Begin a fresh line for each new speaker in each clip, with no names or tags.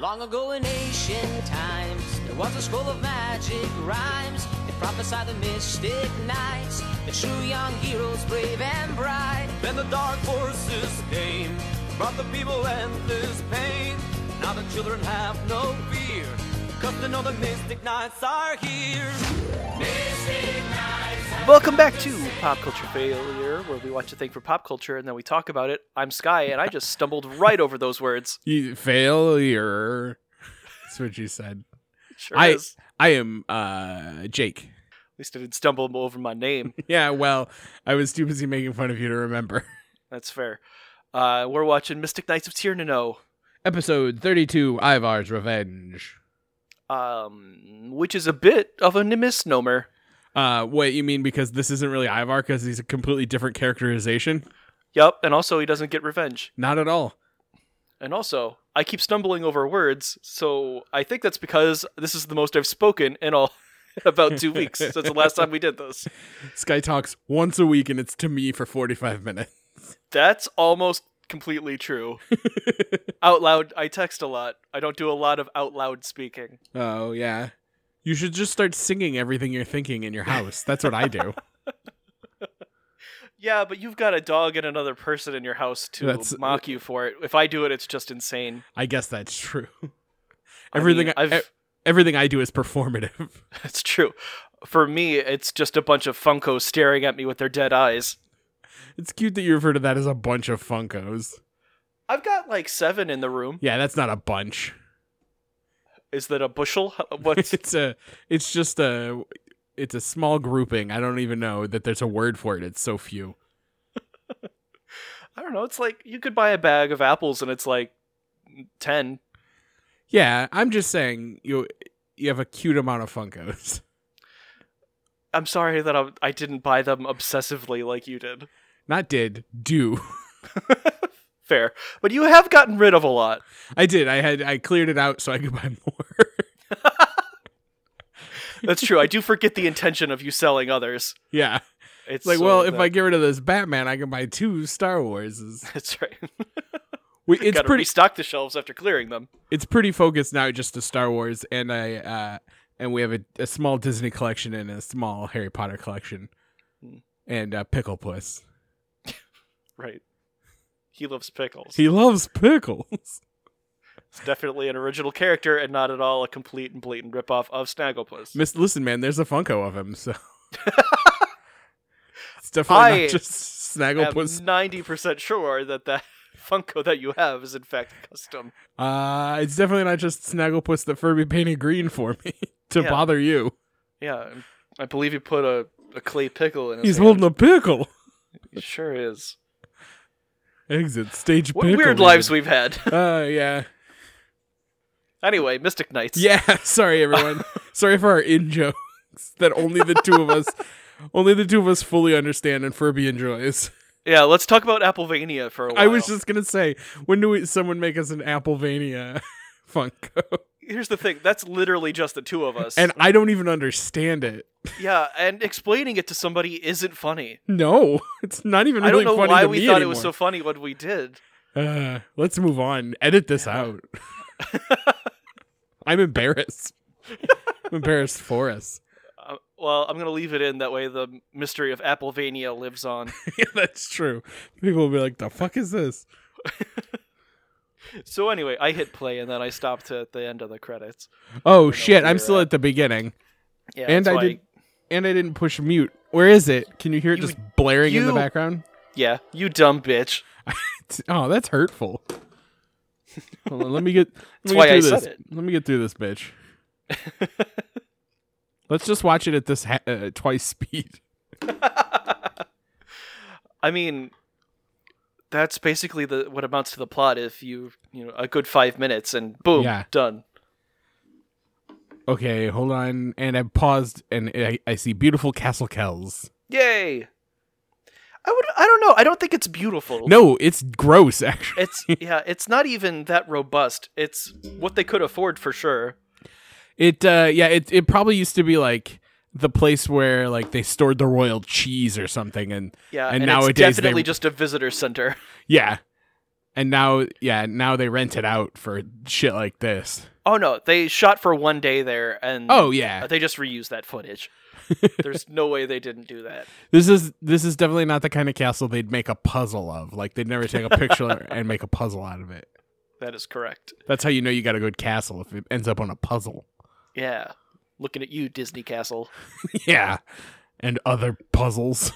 Long ago in ancient times, there was a scroll of magic rhymes that prophesied the mystic knights, the true young heroes, brave and bright.
Then the dark forces came, brought the people endless pain. Now the children have no fear, cause they know the Mystic Knights are here.
Welcome back to Pop Culture Failure, where we watch a thing for pop culture and then we talk about it. I'm Sky, and I just stumbled right over those words.
You, failure. That's what you said.
Sure
I
is.
I am uh Jake.
At least I didn't stumble over my name.
Yeah, well, I was too busy making fun of you to remember.
That's fair. Uh, we're watching Mystic Knights of Tirnano,
Episode 32 Ivar's Revenge.
um, which is a bit of a misnomer.
Uh what you mean because this isn't really Ivar cuz he's a completely different characterization?
Yep, and also he doesn't get revenge.
Not at all.
And also, I keep stumbling over words, so I think that's because this is the most I've spoken in all about two weeks since the last time we did this.
Sky talks once a week and it's to me for 45 minutes.
That's almost completely true. out loud, I text a lot. I don't do a lot of out loud speaking.
Oh, yeah. You should just start singing everything you're thinking in your house. That's what I do.
Yeah, but you've got a dog and another person in your house to
That's- uh,
mock you for it. If I do it, it's just insane.
I guess that's true.
I mean,
Everything I e-,
I've-
everything I do is performative.
It's true. For me, it's just a bunch of Funkos staring at me with their dead eyes.
It's cute that you refer to that as a bunch of Funkos.
I've got like seven in the room.
Yeah, that's not a bunch.
Is that a bushel? What's
It's a it's just a it's a small grouping. I don't even know that there's a word for it. It's so few.
I don't know. It's like you could buy a bag of apples and it's like mm, 10.
Yeah, I'm just saying you you have a cute amount of Funkos.
I'm sorry that I, I didn't buy them obsessively like you did.
Not did, do.
Fair. But you have gotten rid of a lot.
I did. I had I cleared it out so I could buy more.
That's true. I do forget the intention of you selling others.
yeah.
It's
It's like,
so
well, if
that-
I get rid of this Batman, I can buy two Star Warses.
That's right.
We, it's
Gotta
pretty
restock the shelves after clearing them.
it's pretty focused now just to Star Wars and I uh and we have a, a small Disney collection and a small Harry Potter collection.
Hmm.
And uh Pickle Puss.
Right. He loves pickles.
He loves pickles.
He's definitely an original character and not at all a complete and blatant ripoff of Snagglepuss.
Miss listen man, there's a Funko of him, so It's definitely
I
not just Snagglepuss.
I'm 90% sure that that Funko that you have is in fact custom.
uh it's definitely not just Snagglepuss that Furby painted green for me to
Yeah.
bother you.
Yeah, I believe he put a, a clay pickle in his
He's
hand.
holding a pickle.
He sure is.
Exit stage
What
pickle.
weird lives we've had.
uh yeah.
anyway, Mystic Knights.
Yeah, sorry everyone. sorry for our in jokes that only the two of us, only the two of us fully understand and Furby enjoys.
Yeah, let's talk about Applevania for a while.
I was just gonna say, when do we, someone make us an Applevania Funko?
Here's the thing. That's literally just the two of us.
And I don't even understand it.
yeah, and explaining it to somebody isn't funny.
No, it's not even
I
really
don't know
funny
why
to
we
me
thought it
anymore.
was so funny when we did.
uh, let's move on. Edit this out. I'm embarrassed. I'm embarrassed for us.
Uh, well, I'm gonna leave it in that way. The mystery of Applevania lives on.
yeah, that's true. People will be like, "The fuck is this?"
so anyway, I hit play and then I stopped at the end of the credits.
Oh shit!
where
I'm
you're
still
at.
at the beginning.
Yeah,
and
that's
I
why-
did, and I didn't push mute. Where is it? Can you hear it
You-
just blaring in the
you-
background?
Yeah, you dumb bitch.
It's- oh, that's hurtful. Hold on, let me get. Let me
why
get
I
through
said
this.
it.
Let me get through this, bitch. Let's just watch it at this ha- uh, twice speed.
I mean, that's basically the what amounts to the plot. If you you know a good five minutes and boom,
Yeah.
done.
Okay, hold on. And I paused, and I, I see beautiful Castle Kells.
Yay! I would. I don't know. I don't think it's beautiful.
No, it's gross. Actually,
It's yeah. It's not even that robust. It's what they could afford for sure.
it. Uh, yeah, it. It probably used to be like the place where like they stored the royal cheese or something, and
Yeah,
And
and,
nowadays
it's definitely
they-
just a visitor center.
Yeah. And now, yeah, now they rent it out for shit like this.
Oh no, they shot for one day there, and
Oh yeah,
they just reused that footage. There's no way they didn't do that.
this is this is definitely not the kind of castle they'd make a puzzle of. Like they'd never take a picture and make a puzzle out of it.
That is correct.
That's how you know you got a good castle if it ends up on a puzzle.
Yeah, looking at you, Disney Castle.
yeah, and other puzzles.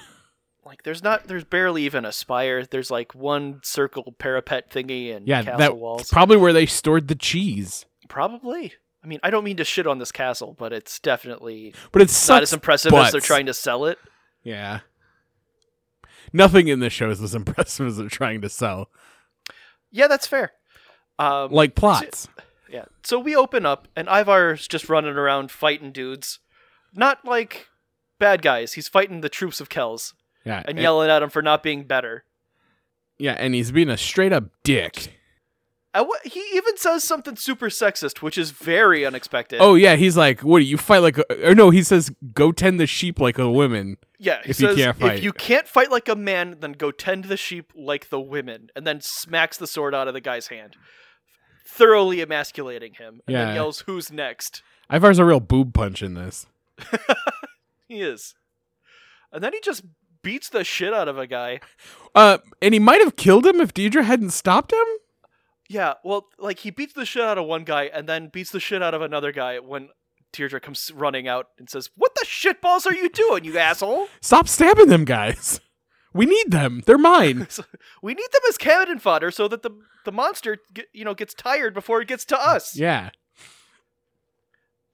Like there's not, there's barely even a spire. There's like one circle parapet thingy and
Yeah,
castle
that's
walls.
probably where they stored the cheese.
Probably. I mean, I don't mean to shit on this castle, but it's definitely
But it's
not as impressive as they're
butts.
trying to sell it.
Yeah. Nothing in this show is as impressive as they're trying to sell.
Yeah, that's fair. Um,
Like plots.
Yeah. So we open up, and Ivar's just running around fighting dudes. Not like bad guys. He's fighting the troops of Kells
Yeah.
and yelling at them for not being better.
Yeah, and he's being a straight up dick.
And what, he even says something super sexist, which is very unexpected.
Oh yeah, he's like, "What do you fight like?" A, or no, he says, "Go tend the sheep like a woman."
yeah. He
if you
says,
can't fight."
if you can't fight like a man, then go tend the sheep like the women, and then smacks the sword out of the guy's hand, thoroughly emasculating him, and
Yeah.
then yells, "Who's next?"
Ivar's a real boob punch in this.
He is, and then he just beats the shit out of a guy.
Uh, and he might have killed him if Deidre hadn't stopped him.
Yeah, well, like he beats the shit out of one guy and then beats the shit out of another guy when Deirdre comes running out and says, "What the shitballs are you doing, you asshole?
Stop stabbing them, guys. We need them. They're mine.
We need them as cannon fodder so that the the monster, ge- you know, gets tired before it gets to us."
yeah.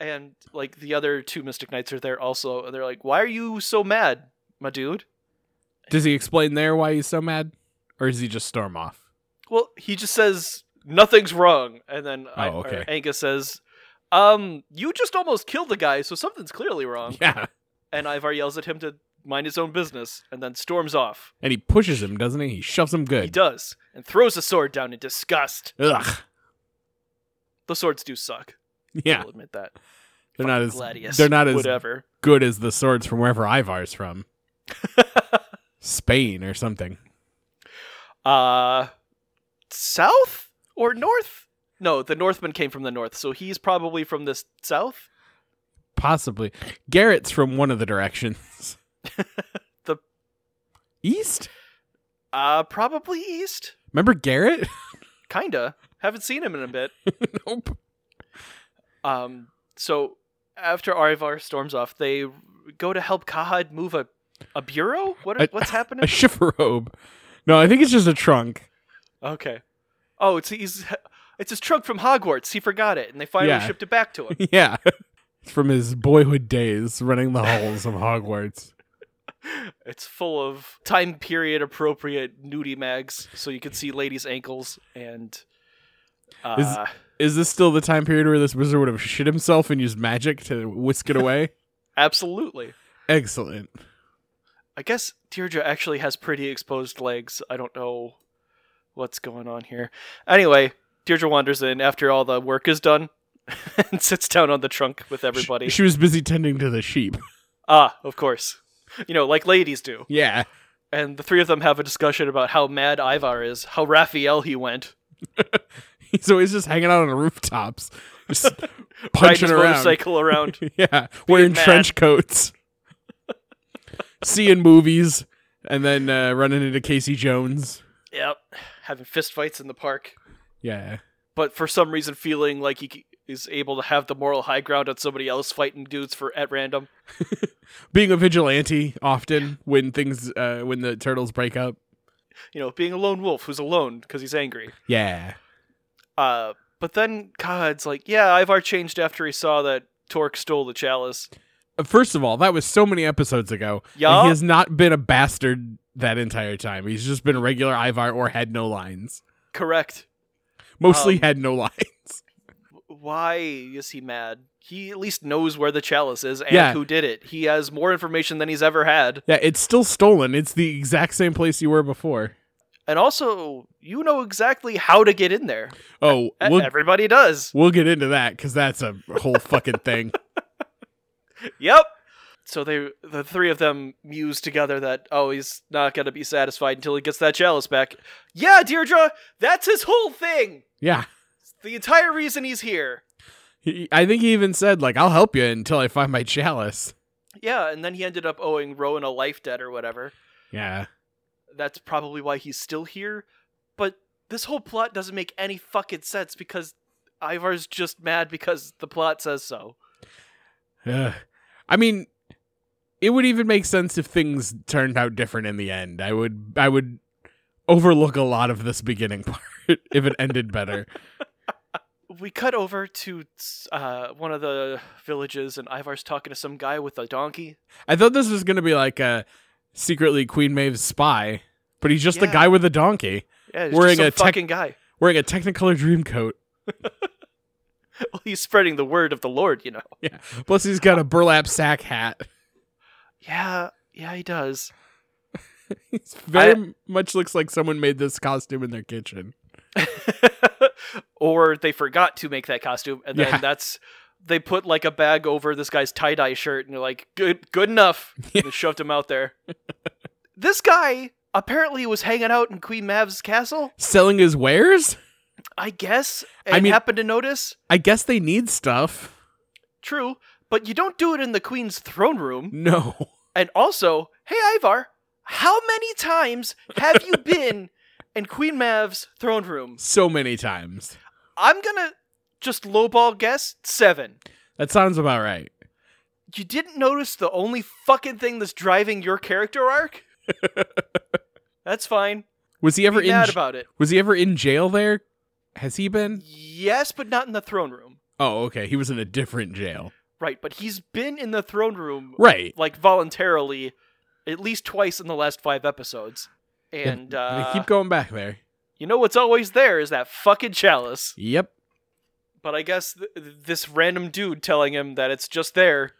And like the other two Mystic Knights are there also, and they're like, "Why are you so mad, my dude?"
Does he explain there why he's so mad, or is he just storm off?
Well, he just says nothing's wrong, and then I,
Oh,
or
okay.
Angus says, "Um, you just almost killed a guy, so something's clearly wrong."
Yeah.
and Ivar yells at him to mind his own business and then storms off.
And he pushes him, doesn't he? He shoves him
He
good.
does and throws the sword down in disgust.
Ugh.
The swords do suck.
Yeah.
I'll admit that.
They're not as
Gladius.
they're not as
whatever.
good as the swords from wherever Ivar's from. Spain or something.
Uh south or north? No, the Northmen came from the north, so he's probably from this south.
Possibly. Garrett's from one of the directions.
The-
East?
Uh probably east.
Remember Garrett?
Kinda. Haven't seen him in a bit.
nope.
Um so after Ivar storms off, they go to help Kahad move a a bureau? What are,
A-
what's happening?
A shiver robe. No, I think it's just a trunk.
Okay. Oh, it's he's it's his trunk from Hogwarts. He forgot it, and they finally
Yeah.
shipped it back to him.
yeah. It's from his boyhood days running the halls of Hogwarts.
it's full of time period appropriate nudie mags, so you can see ladies' ankles and. Uh,
Is this still the time period where this wizard would have shit himself and used magic to whisk it away?
absolutely.
Excellent.
I guess Deirdre actually has pretty exposed legs. I don't know what's going on here. Anyway, Deirdre wanders in after all the work is done and sits down on the trunk with
Sh-
everybody.
she was busy tending to the sheep.
ah, of course. You know, like ladies do.
Yeah.
and the three of them have a discussion about how mad Ivar is, how Raphael he went,
He's always just hanging out on the rooftops, just
riding
punching
his
around.
motorcycle around.
Yeah, wearing
mad.
trench coats, seeing movies, and then uh, running into Casey Jones.
yep, having fistfights in the park,
Yeah,
but for some reason feeling like he c- is able to have the moral high ground on somebody else fighting dudes for at random.
being a vigilante often when things uh, when the turtles break up.
You know, being a lone wolf who's alone because he's angry.
Yeah,
Uh, but then Kahad's like, yeah, Ivar changed after he saw that Torque stole the chalice.
Uh, first of all, that was so many episodes ago. and
Yeah.
he has not been a bastard that entire time. He's just been a regular Ivar or had no lines.
Correct.
Mostly
Um,
had no lines.
why is he mad? He at least knows where the chalice is and
Yeah.
who did it. He has more information than he's ever had.
Yeah, it's still stolen. It's the exact same place you were before.
E, And also, you know exactly how to get in there.
Oh,
E-
we'll,
Everybody does.
we'll get into that because that's a whole fucking thing.
Yep. so they the three of them muse together that oh he's not gonna be satisfied until he gets that chalice back. Yeah, Deirdre, that's his whole thing.
Yeah.
It's the entire reason he's here.
He, I think he even said, like, I'll help you until I find my chalice.
Yeah, and then he ended up owing Rowan a life debt or whatever.
Yeah.
That's probably why he's still here. But this whole plot doesn't make any fucking sense because Ivar's just mad because the plot says so.
Ugh. I mean, it would even make sense if things turned out different in the end. I would I would overlook a lot of this beginning part if it ended better.
we cut over to uh, one of the villages, and Ivar's talking to some guy with a donkey.
I thought this was going to be like a secretly Queen Maeve's spy, but he's just the
Yeah.
guy with a donkey
Yeah, he's just
Wearing
some
a tech-
fucking guy.
wearing a Technicolor dream coat.
Well, he's spreading the word of the Lord, you know.
Yeah. Plus he's got a burlap sack hat.
Yeah, yeah, he does.
He's very much looks like someone made this costume in their kitchen.
or they forgot to make that costume, and then
Yeah.
that's they put like a bag over this guy's tie dye shirt, and they're like, "Good, good enough." And they shoved him out there. this guy apparently was hanging out in Queen Mav's castle,
Selling his wares?
I guess, and
I mean-
happened to notice.
I guess they need stuff.
True, but you don't do it in the queen's throne room.
No.
And also, hey Ivar, how many times have you been in Queen Mav's throne room?
So many times.
I'm gonna just lowball guess seven.
That sounds about right.
You didn't notice the only fucking thing that's driving your character arc? that's fine.
Was he ever
Be
in
mad
j-
about it.
Was he ever in jail there? Has he been?
Yes, but not in the throne room.
Oh, okay. He was in a different jail.
Right, but he's been in the throne room
Right.
like voluntarily at least twice in the last five episodes. And
They
uh,
keep going back there.
you know what's always there is that fucking chalice.
Yep.
But I guess th- th- this random dude telling him that it's just there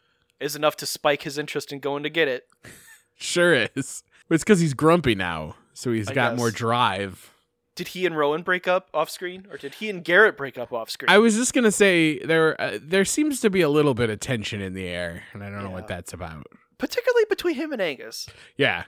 is enough to spike his interest in going to get it.
Sure is. It's because he's grumpy now, so he's
I
got
guess.
more drive.
Did he and Rowan break up off screen, or did he and Garrett break up off screen?
I was just gonna say there uh, there seems to be a little bit of tension in the air, and I don't know
Yeah.
what that's about.
Particularly between him and Angus.
Yeah.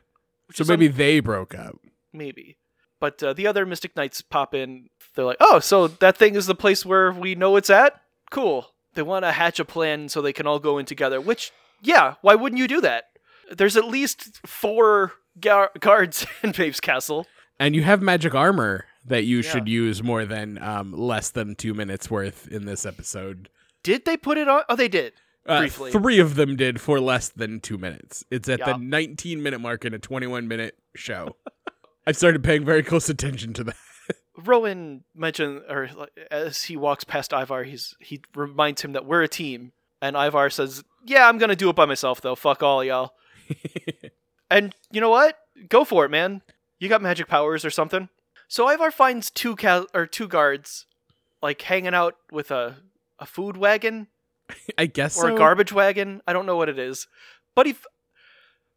which
So
is
maybe
un-
they broke up.
maybe. But uh, the other Mystic Knights pop in. They're like, "Oh, so that thing is the place where we know it's at. Cool." They want to hatch a plan so they can all go in together. Which, yeah, why wouldn't you do that? There's at least four gar- guards in Babe's Castle.
And you have magic armor that you
Yeah.
should use more than um, less than two minutes worth in this episode.
Did they put it on? Oh, they did.
Uh,
Briefly.
Three of them did for less than two minutes. It's at
Yeah.
the 19 minute mark in a 21 minute show. I've started paying very close attention to that.
Rowan mentioned, or like, as he walks past Ivar, he's he reminds him that we're a team, and Ivar says, "Yeah, I'm gonna do it by myself though. Fuck all y'all." and you know what? Go for it, man. You got magic powers or something. So Ivar finds two ca- or two guards, like hanging out with a a food wagon
I guess
or
so.
a garbage wagon. I don't know what it is, but he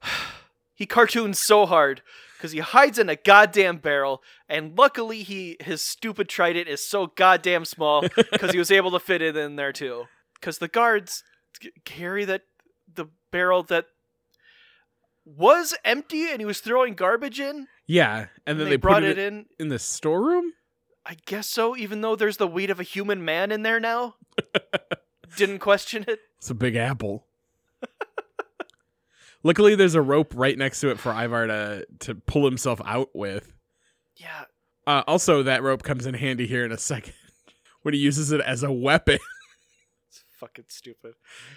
f- he cartoons so hard because he hides in a goddamn barrel. And luckily, he his stupid trident is so goddamn small because he was able to fit it in there too. Because the guards c- carry that the barrel that was empty and he was throwing garbage in, and,
Yeah, and then
they,
they,
brought
put
it
in,
in.
in the storeroom.
I guess so. Even though there's the weight of a human man in there now, didn't question it.
It's a big apple. Luckily, there's a rope right next to it for Ivar to to pull himself out with.
Yeah,
Uh, also, that rope comes in handy here in a second when he uses it as a weapon.
it's fucking stupid.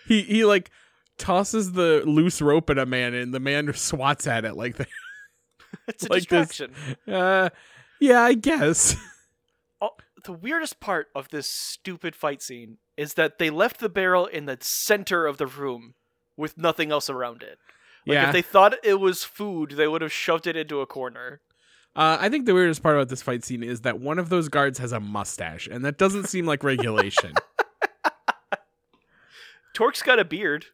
he he like tosses the loose rope at a man and the man swats at it like that.
It's a
Like this.
distraction.
Uh yeah, I guess.
The weirdest part of this stupid fight scene is that they left the barrel in the center of the room with nothing else around it. Like
yeah.
if they thought it was food, they would have shoved it into a corner.
uh, I think the weirdest part about this fight scene is that one of those guards has a mustache and that doesn't seem like regulation.
Torque's got a beard.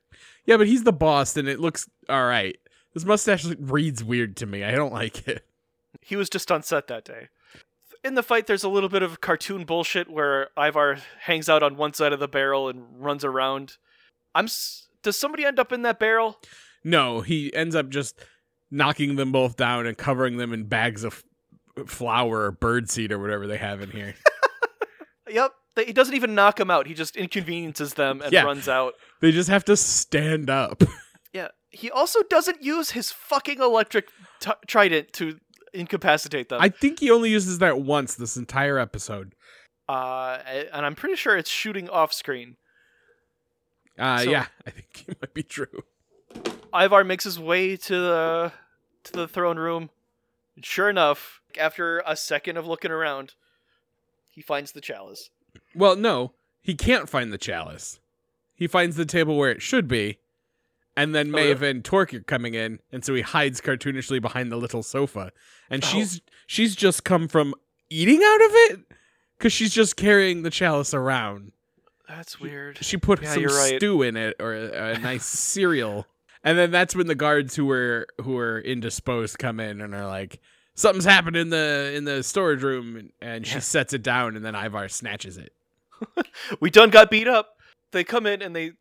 yeah, but he's the boss and it looks all right. This mustache reads weird to me. I don't like it.
He was just on set that day. In the fight, there's a little bit of cartoon bullshit where Ivar hangs out on one side of the barrel and runs around. I'm s- does somebody end up in that barrel?
No, he ends up just knocking them both down and covering them in bags of flour or birdseed or whatever they have in here.
Yep. They, he doesn't even knock them out. He just inconveniences them and
Yeah.
runs out.
they just have to stand up.
Yeah. He also doesn't use his fucking electric t- trident to incapacitate them.
I think he only uses that once this entire episode.
uh, and I'm pretty sure it's shooting off screen.
Uh,
So-
yeah, I think it might be true.
Ivar makes his way to the to the throne room. And sure enough, after a second of looking around, he finds the chalice.
Well, no, he can't find the chalice. He finds the table where it should be, and then
Oh,
Maeve and Torque are coming in, and so he hides cartoonishly behind the little sofa, and
Oh.
she's she's just come from eating out of it because she's just carrying the chalice around.
That's weird.
She put
Yeah,
some
you're right.
stew in it or a, a nice cereal, and then that's when the guards who were who were indisposed come in and are like. Something's happened in the in the storage room, and she
Yeah.
sets it down, and then Ivar snatches it.
We done got beat up. They come in and they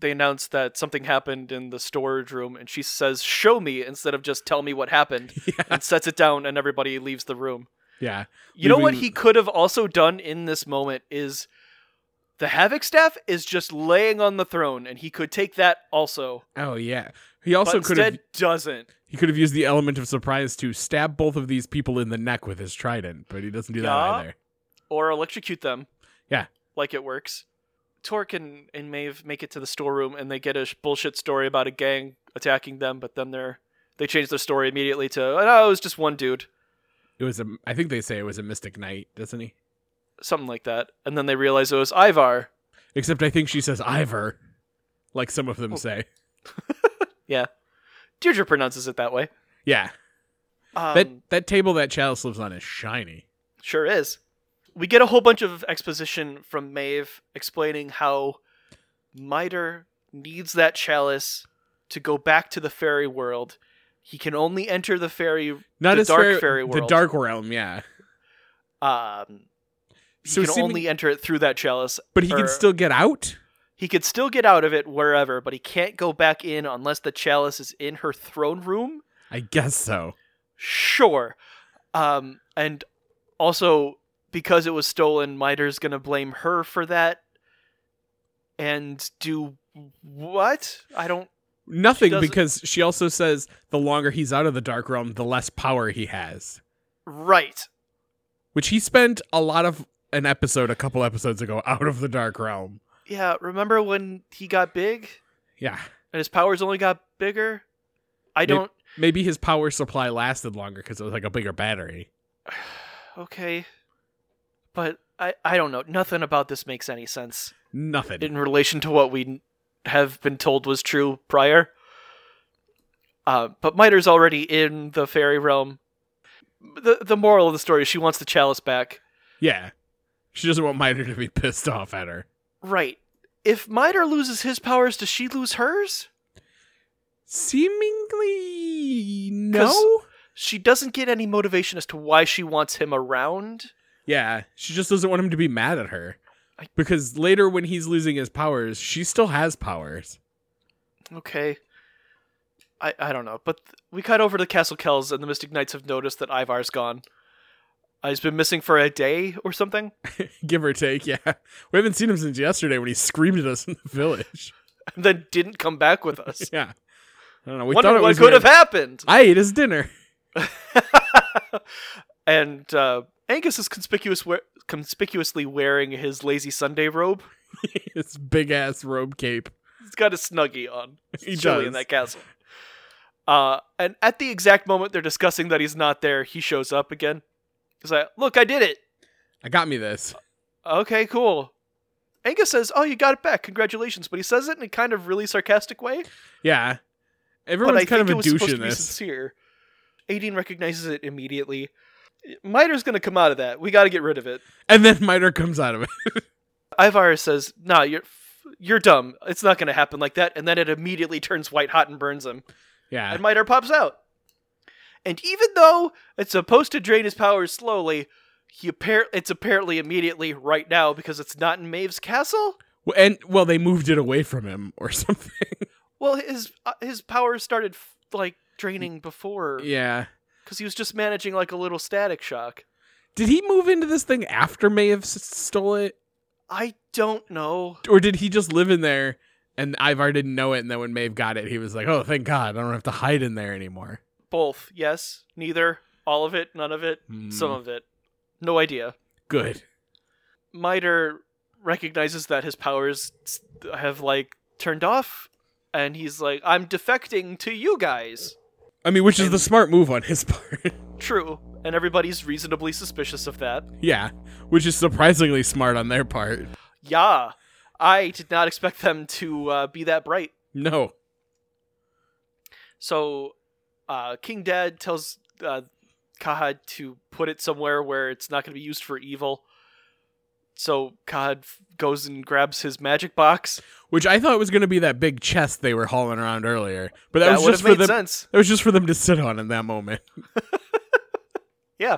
they announce that something happened in the storage room and she says, "Show me" instead of just "tell me what happened."
Yeah,
and sets it down and everybody leaves the room.
yeah.
You know what
Leaving-
he could have also done in this moment is the Havoc staff is just laying on the throne and he could take that also.
Oh yeah. He also
but
could
instead
have
doesn't.
he could have used the element of surprise to stab both of these people in the neck with his trident, but he doesn't do that
Yeah.
either.
Or electrocute them.
Yeah.
Like it works. Torque and, and Maeve make it to the storeroom and they get a sh- bullshit story about a gang attacking them, but then they're they change their story immediately to oh no, it was just one dude.
It was a I think they say it was a mystic knight, doesn't he?
Something like that. And then they realize it was Ivar.
Except I think she says Ivor, like some of them
Oh.
say.
Deirdre pronounces it that way.
Yeah.
Um,
That that table that Chalice lives on is shiny.
Sure is. We get a whole bunch of exposition from Maeve explaining how Miter needs that chalice to go back to the fairy world. He can only enter the fairy.
Not
The
as
dark
fair-
fairy
The
world.
dark realm, yeah.
Um, he
So
can
seeming-
only enter it through that chalice.
But he
Or-
can still get out?
He could still get out of it wherever, but he can't go back in unless the chalice is in her throne room.
I guess so.
Sure. Um, and also, because it was stolen, Miter's going to blame her for that and do what? I don't.
Nothing
doesn't-
because she also says the longer he's out of the dark realm, the less power he has.
Right.
which he spent a lot of an episode a couple episodes ago out of the dark realm
Yeah, remember when he got big
yeah
and his powers only got bigger? I
Maybe-
don't.
maybe his power supply lasted longer because it was like a bigger battery
Okay. But I, I don't know. Nothing about this makes any sense
nothing
in relation to what we n- have been told was true prior. Uh, but Miter's already in the fairy realm. The the moral of the story is she wants the chalice back.
yeah she doesn't want miter to be pissed off at her
Right. If Miter loses his powers, does she lose hers?
seemingly
'Cause-
no
She doesn't get any motivation as to why she wants him around.
yeah she just doesn't want him to be mad at her
I-
because later when he's losing his powers she still has powers
Okay. I, I don't know. But th- we cut over to Castle Kells, and the Mystic Knights have noticed that Ivar's gone. Uh, he's been missing for a day or something.
give or take yeah we haven't seen him since yesterday when he screamed at us in the village
and then didn't come back with us.
yeah i don't know we
Wonder
thought it
what
was
could
gonna-
have happened.
i ate his dinner
and uh, Angus is conspicuous we- conspicuously wearing his lazy Sunday robe.
his big ass robe cape.
He's got a snuggie on. It's
He
chilly
does.
in that castle. Uh, and at the exact moment they're discussing that he's not there, he shows up again. He's like, "Look, I did it.
I got me this.
Okay, cool." Angus says, "Oh, you got it back. Congratulations!" But he says it in a kind of really sarcastic way.
Yeah.
but I
Everyone's
think
kind of
it
a
was
douche
supposed
in
to be
this.
sincere. Aideen recognizes it immediately. Miter's gonna come out of that. We got to get rid of it.
And then Miter comes out of it.
Ivar says, "Nah, you're f- you're dumb. It's not gonna happen like that." And then it immediately turns white hot and burns him.
Yeah.
And Miter pops out. And even though it's supposed to drain his powers slowly, he appar- it's apparently immediately right now because it's not in Maeve's castle.
W- And well, they moved it away from him or something.
Well, his uh, his power started f- like draining before
yeah.
because he was just managing like a little static shock.
Did he move into this thing after Maeve s- stole it,
I don't know.
or did he just live in there and Ivar didn't know it? And then when Maeve got it, he was like, "Oh, thank God, I don't have to hide in there anymore."
Both, yes, neither, all of it, none of it,
Hmm.
some of it. No idea.
Good.
Miter recognizes that his powers s- have like turned off, and he's like, "I'm defecting to you guys."
I mean, which is the smart move on his part.
True, and everybody's reasonably suspicious of that.
yeah, which is surprisingly smart on their part.
Yeah, I did not expect them to uh, be that bright.
No.
So, uh, King Dad tells uh, Kahad to put it somewhere where it's not going to be used for evil. So Kahad f- goes and grabs his magic box.
Which I thought was going to be that big chest they were hauling around earlier, but that,
That,
was
would
just
have
for
made
them.
sense.
That was just for them to sit on in that moment.
Yeah.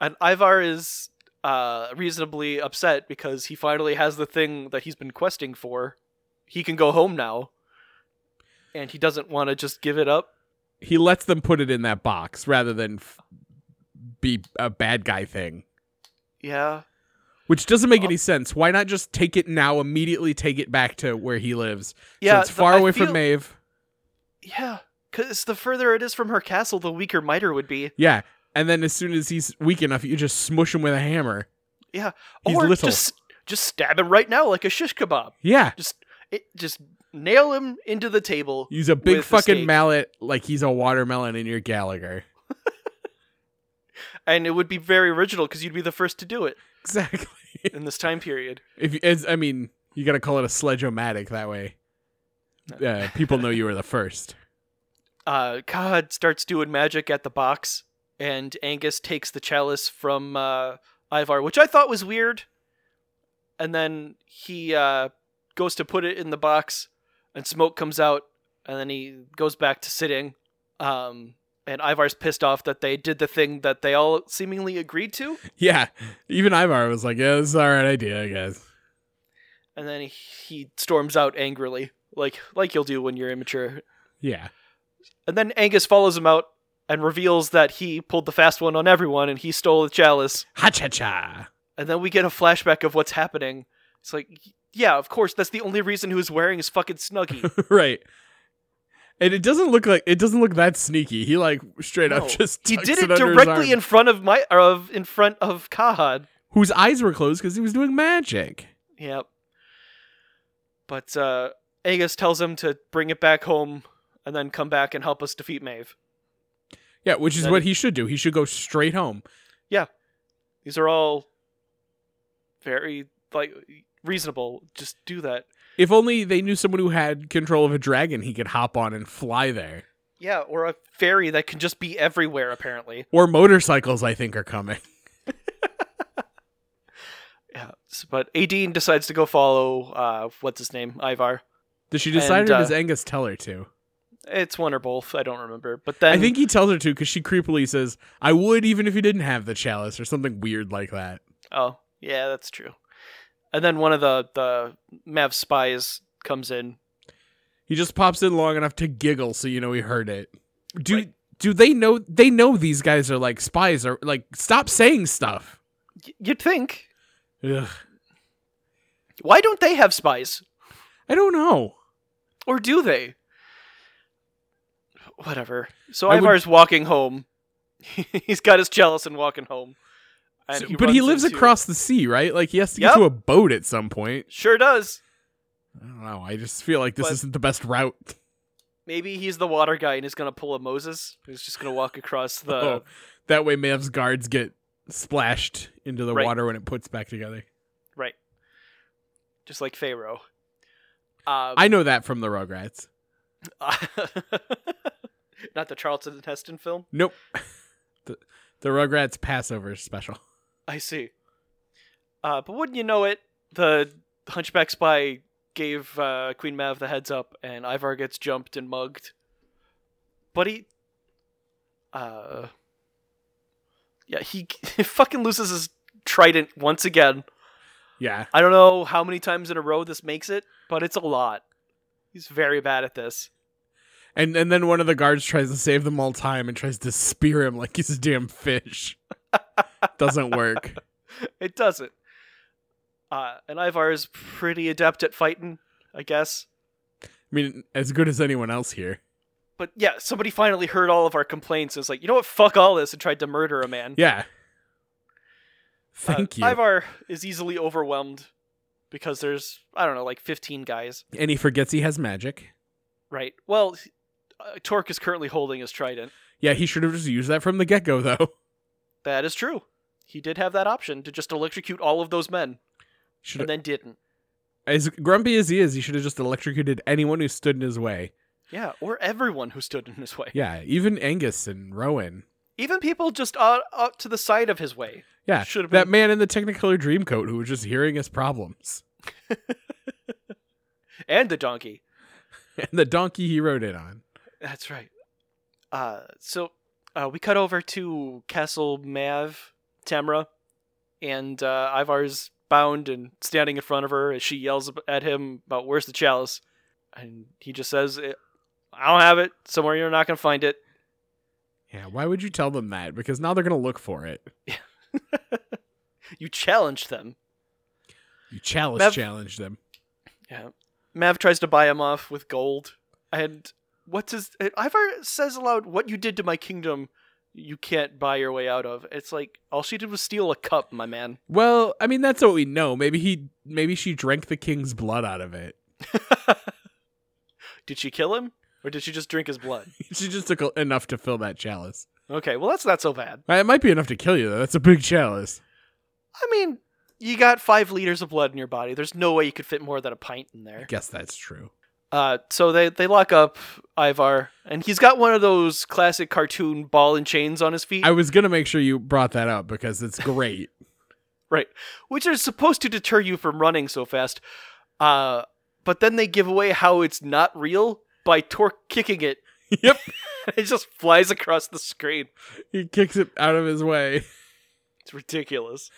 And Ivar is uh, reasonably upset because he finally has the thing that he's been questing for. He can go home now, and he doesn't want to just give it up.
He lets them put it in that box rather than f- be a bad guy thing,
Yeah.
which doesn't make any sense. Why not just take it now, immediately take it back to where he lives?
Yeah.
so it's far away
me.
from Maeve.
Yeah, because the further it is from her castle, the weaker Miter would be.
Yeah, and then as soon as he's weak enough, you just smush him with a hammer.
Yeah,
He's
or
little.
just just stab him right now like a shish kebab.
Yeah,
Just it, just nail him into the table.
use a big
with the
fucking
stake.
mallet like he's a watermelon in your Gallagher.
and it would be very original because you'd be the first to do it
Exactly.
in this time period.
If as, I mean, you gotta call it a sledge-o-matic that way. Uh, people know you were the first.
Uh, Kahad starts doing magic at the box, and Angus takes the chalice from uh, Ivar, which I thought was weird. And then he uh, goes to put it in the box, and smoke comes out, and then he goes back to sitting. Um, and Ivar's pissed off that they did the thing that they all seemingly agreed to.
Yeah, even Ivar was like, "Yeah, this is all right idea, I guess."
And then he storms out angrily, like like you'll do when you're immature
Yeah,
And then Angus follows him out and reveals that he pulled the fast one on everyone and he stole the chalice.
ha cha cha.
And then we get a flashback of what's happening. It's like, yeah, of course, that's the only reason who's wearing his fucking snuggie.
right. And it doesn't look like it doesn't look that sneaky. He like straight
No.
up just
he
tucks
did it
under his
directly
arm,
in front of my of in front of Kahad.
whose eyes were closed because he was doing magic.
Yep. But uh Angus tells him to bring it back home and then come back and help us defeat Maeve.
Yeah, which is
That-
what he should do. He should go straight home.
These are all very like reasonable. Just do that.
If only they knew someone who had control of a dragon, he could hop on and fly there.
Yeah, or a fairy that can just be everywhere, apparently.
Or motorcycles, I think, are coming.
Yeah. s- But Adine decides to go follow, uh, what's his name? Ivar.
Does she decide, or
uh,
does Angus tell her to?
It's one or both. I don't remember. But then,
I think he tells her to because she creepily says, "I would even if you didn't have the chalice" or something weird like that.
oh, yeah, that's true. And then one of the, the Mav spies comes in.
He just pops in long enough to giggle so you know he heard it. Do
Right.
do they know? They know these guys are like spies. Or like, stop saying stuff.
Y- you'd think.
Ugh.
Why don't they have spies?
I don't know.
Or do they? Whatever. So
I would-
Ivar's walking home. He's got his chalice and walking home. And
So- but he
runs
lives
into-
across the sea, right? Like he has to get
Yep.
to a boat at some point.
Sure does.
I don't know. I just feel like this
But-
isn't the best route.
Maybe he's the water guy and he's gonna pull a Moses. He's just gonna walk across the.
oh, that way, Mav's guards get splashed into the
Right.
water when it puts back together.
Right. Just like Pharaoh. Um,
I know that from the Rugrats.
not the Charlton Heston film.
Nope. the, the Rugrats Passover special.
I see. Uh, but wouldn't you know it, the Hunchback spy gave uh, Queen Mav the heads up, and Ivar gets jumped and mugged. But he, uh, yeah, he, he fucking loses his trident once again.
Yeah.
I don't know how many times in a row this makes it, but it's a lot. He's very bad at this.
And and then one of the guards tries to save them all time and tries to spear him like he's a damn fish. Doesn't work.
It doesn't. Uh, and Ivar is pretty adept at fighting, I guess.
I mean, as good as anyone else here.
But yeah, somebody finally heard all of our complaints and was like, you know what, fuck all this, and tried to murder a man.
Yeah. Thank
Uh,
you.
Ivar is easily overwhelmed because there's, I don't know, like 15 guys.
and he forgets he has magic.
Right. Well, uh, Torque is currently holding his trident.
Yeah, he should have just used that from the get go, though.
That is true. He did have that option to just electrocute all of those men,
Should
and then didn't.
as grumpy as he is, he should have just electrocuted anyone who stood in his way.
Yeah, or everyone who stood in his way.
Yeah, even Angus and Rowan.
Even people just out, out to the side of his way.
Yeah,
Should've
that
been-
man in the Technicolor Dreamcoat who was just hearing his problems
And the donkey.
and the donkey he rode it on.
That's right. Uh, so uh, we cut over to Castle Mav, Tamra, and uh, Ivar's bound and standing in front of her as she yells ab- at him about where's the chalice. And he just says, "I I don't have it. Somewhere you're not going to find it.
Yeah, why would you tell them that? Because now they're gonna look for it.
You challenge them.
You chalice
Bev-
challenge them.
Yeah. Mav tries to buy him off with gold. And what's his. Ivar says aloud, What you did to my kingdom, you can't buy your way out of. It's like, all she did was steal a cup, my man.
Well, I mean that's what we know. Maybe he, maybe she drank the king's blood out of it.
Did she kill him? Or did she just drink his blood?
she just took a- enough to fill that chalice.
Okay, well, that's not so bad.
Uh, It might be enough to kill you though. That's a big chalice.
I mean, you got five liters of blood in your body. There's no way you could fit more than a pint in
I
there.
guess that's true.
Uh, so they, they lock up Ivar, and he's got one of those classic cartoon ball and chains on his feet.
I was gonna make sure you brought that up because it's great.
Right. Which are supposed to deter you from running so fast. Uh, but then they give away how it's not real by Torque kicking it.
Yep.
it just flies across the screen.
he kicks it out of his way.
It's ridiculous.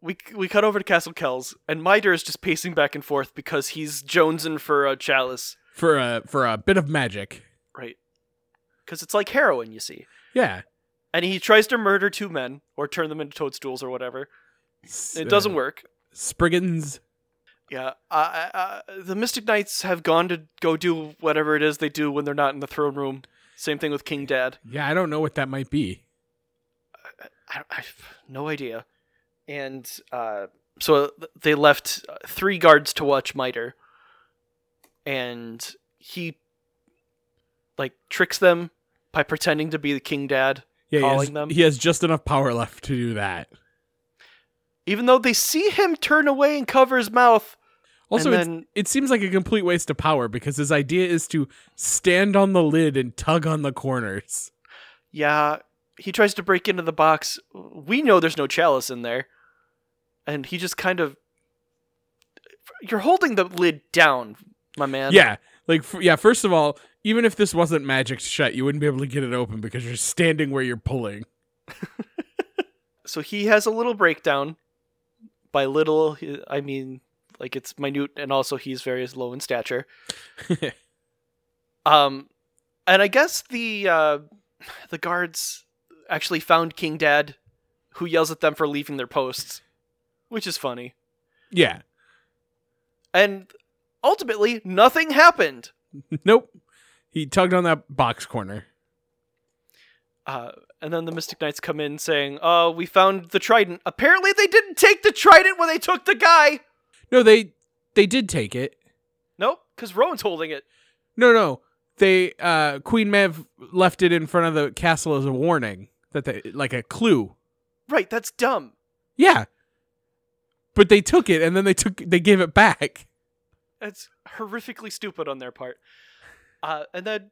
We, we cut over to Castle Kells, and Mitre is just pacing back and forth because he's jonesing for a chalice.
for a for a bit of magic.
Right. Because it's like heroin, you see.
Yeah,
And he tries to murder two men, or turn them into toadstools or whatever. It doesn't
uh,
work.
Spriggans.
Yeah, uh, uh, the Mystic Knights have gone to go do whatever it is they do when they're not in the throne room. Same thing with King Dad.
Yeah, I don't know what that might be.
I, I have no idea. And uh, so they left uh, three guards to watch Miter, and he like tricks them by pretending to be the King Dad,
Yeah, he has,
Calling them?
he has just enough power left to do that.
even though they see him turn away and cover his mouth.
Also,
And
it's-
then-
it seems like a complete waste of power because his idea is to stand on the lid and tug on the corners.
Yeah, he tries to break into the box. We know there's no chalice in there. And he just kind of You're holding the lid down, my man.
yeah, like f- yeah. First of all, even if this wasn't magic shut, you wouldn't be able to get it open because you're standing where you're pulling.
So he has a little breakdown. By little, I mean like it's minute and also he's very low in stature. Um and I guess the uh the guards actually found King Dad who yells at them for leaving their posts, which is funny.
yeah.
and ultimately nothing happened.
Nope. He tugged on that box corner.
Uh, and then the Mystic Knights come in saying, "Oh, we found the trident." Apparently, they didn't take the trident when they took the guy.
No, they they did take it.
Nope, because Rowan's holding it.
No, no. They uh Queen Mav left it in front of the castle as a warning that they like a clue.
Right, that's dumb.
Yeah. But they took it and then they took they gave it back.
That's horrifically stupid on their part. Uh, and then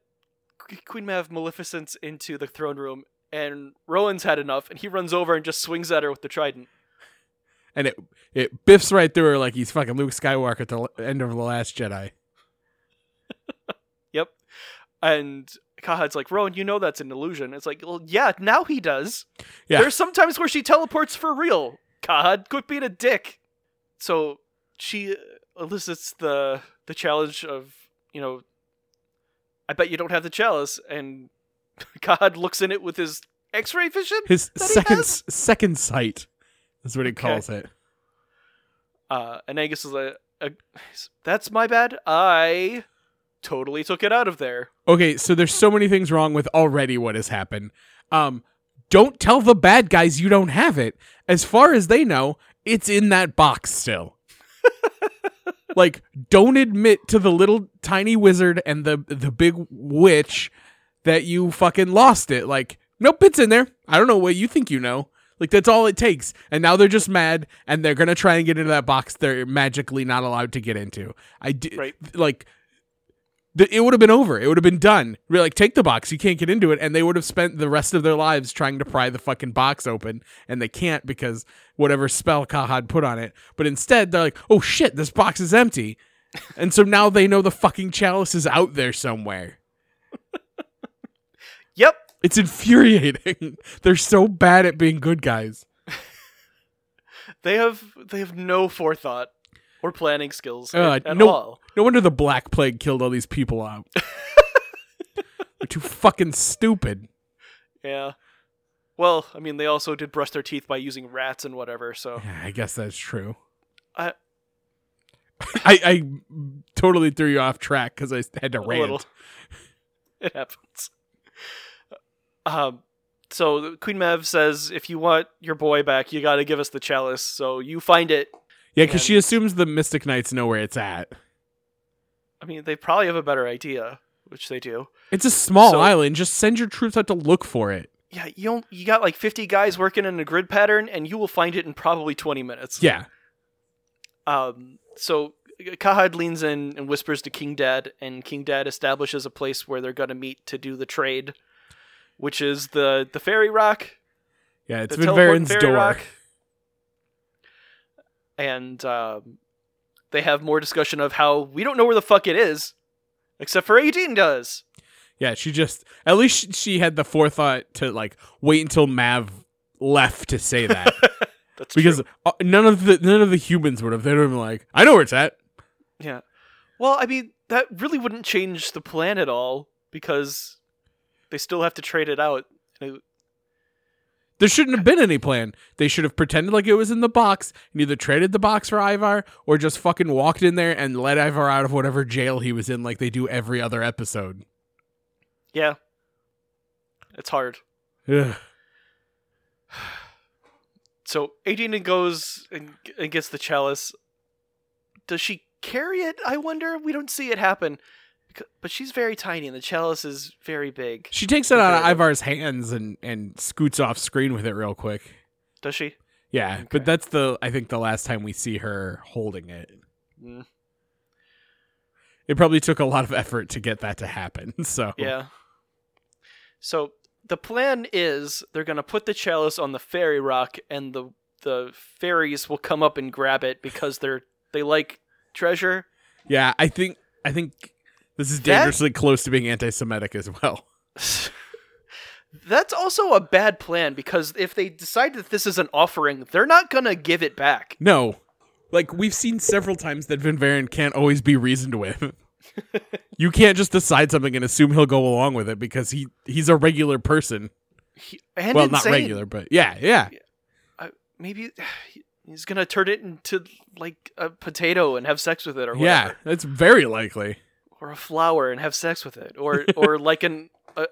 Qu- Queen Mav Maleficent's into the throne room, and Rowan's had enough, and he runs over and just swings at her with the trident.
And it it biffs right through her like he's fucking Luke Skywalker at the l- end of the last Jedi.
Yep. And Kahad's like, Rowan, you know that's an illusion. It's like, well, yeah, now he does.
Yeah.
There's some times where she teleports for real. Kahad, quit being a dick. so she elicits the the challenge of you know i bet you don't have the chalice and god looks in it with his x-ray vision
His
That he
second
has?
second sight is what he
Okay.
calls it.
uh and angus is like uh, that's my bad i totally took it out of there
Okay, so there's so many things wrong with already what has happened. Um, don't tell the bad guys you don't have it. As far as they know, it's in that box still. like, don't admit to the little tiny wizard and the the big witch that you fucking lost it. Like, nope, it's in there. I don't know what you think you know. Like that's all it takes. And now they're just mad and they're gonna try and get into that box they're magically not allowed to get into. I did
Right.
like th- it would have been over. It would have been done. We're like, take the box. You can't get into it. And they would have spent the rest of their lives trying to pry the fucking box open, and they can't because whatever spell Kahad put on it. But instead, they're like, oh shit, this box is empty. and so now they know the fucking chalice is out there somewhere.
yep
It's infuriating. they're so bad at being good guys.
they have they have no forethought or planning skills
Uh,
at, at
no-
all
No wonder the Black Plague killed all these people out. they're too fucking stupid.
yeah well i mean they also did brush their teeth by using rats and whatever so
Yeah, I guess that's true.
I-
I, I totally threw you off track because I had
A
to
little.
rant.
it happens. Um, so Queen Mav says, if you want your boy back, you got to give us the chalice. So you find it.
Yeah, because
Yeah.
she assumes the Mystic Knights know where it's at.
I mean, they probably have a better idea, which they do.
It's a small
So-
island. Just send your troops out to look for it.
Yeah, you don't- you got like 50 guys working in a grid pattern, and you will find it in probably 20 minutes.
Yeah.
Um, so Kahad leans in and whispers to King Dad, and King Dad establishes a place where they're going to meet to do the trade, which is the the fairy rock.
Yeah, it's
the teleport
Vidvarin's
fairy
door.
rock. And um, they have more discussion of how we don't know where the fuck it is, except for Aideen does.
Yeah, she just at least she had the forethought to like wait until Mav left to say that
That's
because
true.
uh, none of the none of the humans would have. They'd have been like, "I know where it's at."
yeah. Well, I mean that really wouldn't change the plan at all because they still have to trade it out. And it-
There shouldn't have been any plan. They should have pretended like it was in the box and either traded the box for Ivar or just fucking walked in there and let Ivar out of whatever jail he was in, like they do every other episode.
Yeah, it's hard.
Ugh.
So Aideen goes and, and gets the chalice. Does she carry it? I wonder. We don't see it happen. Becau- But she's very tiny, and the chalice is very big.
She takes it out of
Okay.
Ivar's hands and and scoots off screen with it real quick.
Does she?
Yeah,
Okay.
but that's the I think the last time we see her holding it.
Mm.
It probably took a lot of effort to get that to happen. So
Yeah. So the plan is they're gonna put the chalice on the fairy rock, and the the fairies will come up and grab it because they're they like treasure.
yeah, I think I think this is
That-
dangerously close to being anti-Semitic as well.
That's also a bad plan because if they decide that this is an offering, they're not gonna give it back.
No. Like we've seen several times that Vin Varen can't always be reasoned with. you can't just decide something and assume he'll go along with it because he he's a regular person.
He- and
well, not
insane.
regular, but yeah, yeah.
maybe he's gonna turn it into like a potato and have sex with it, or
Yeah,
whatever.
that's very likely.
or a flower and have sex with it, or or like an a,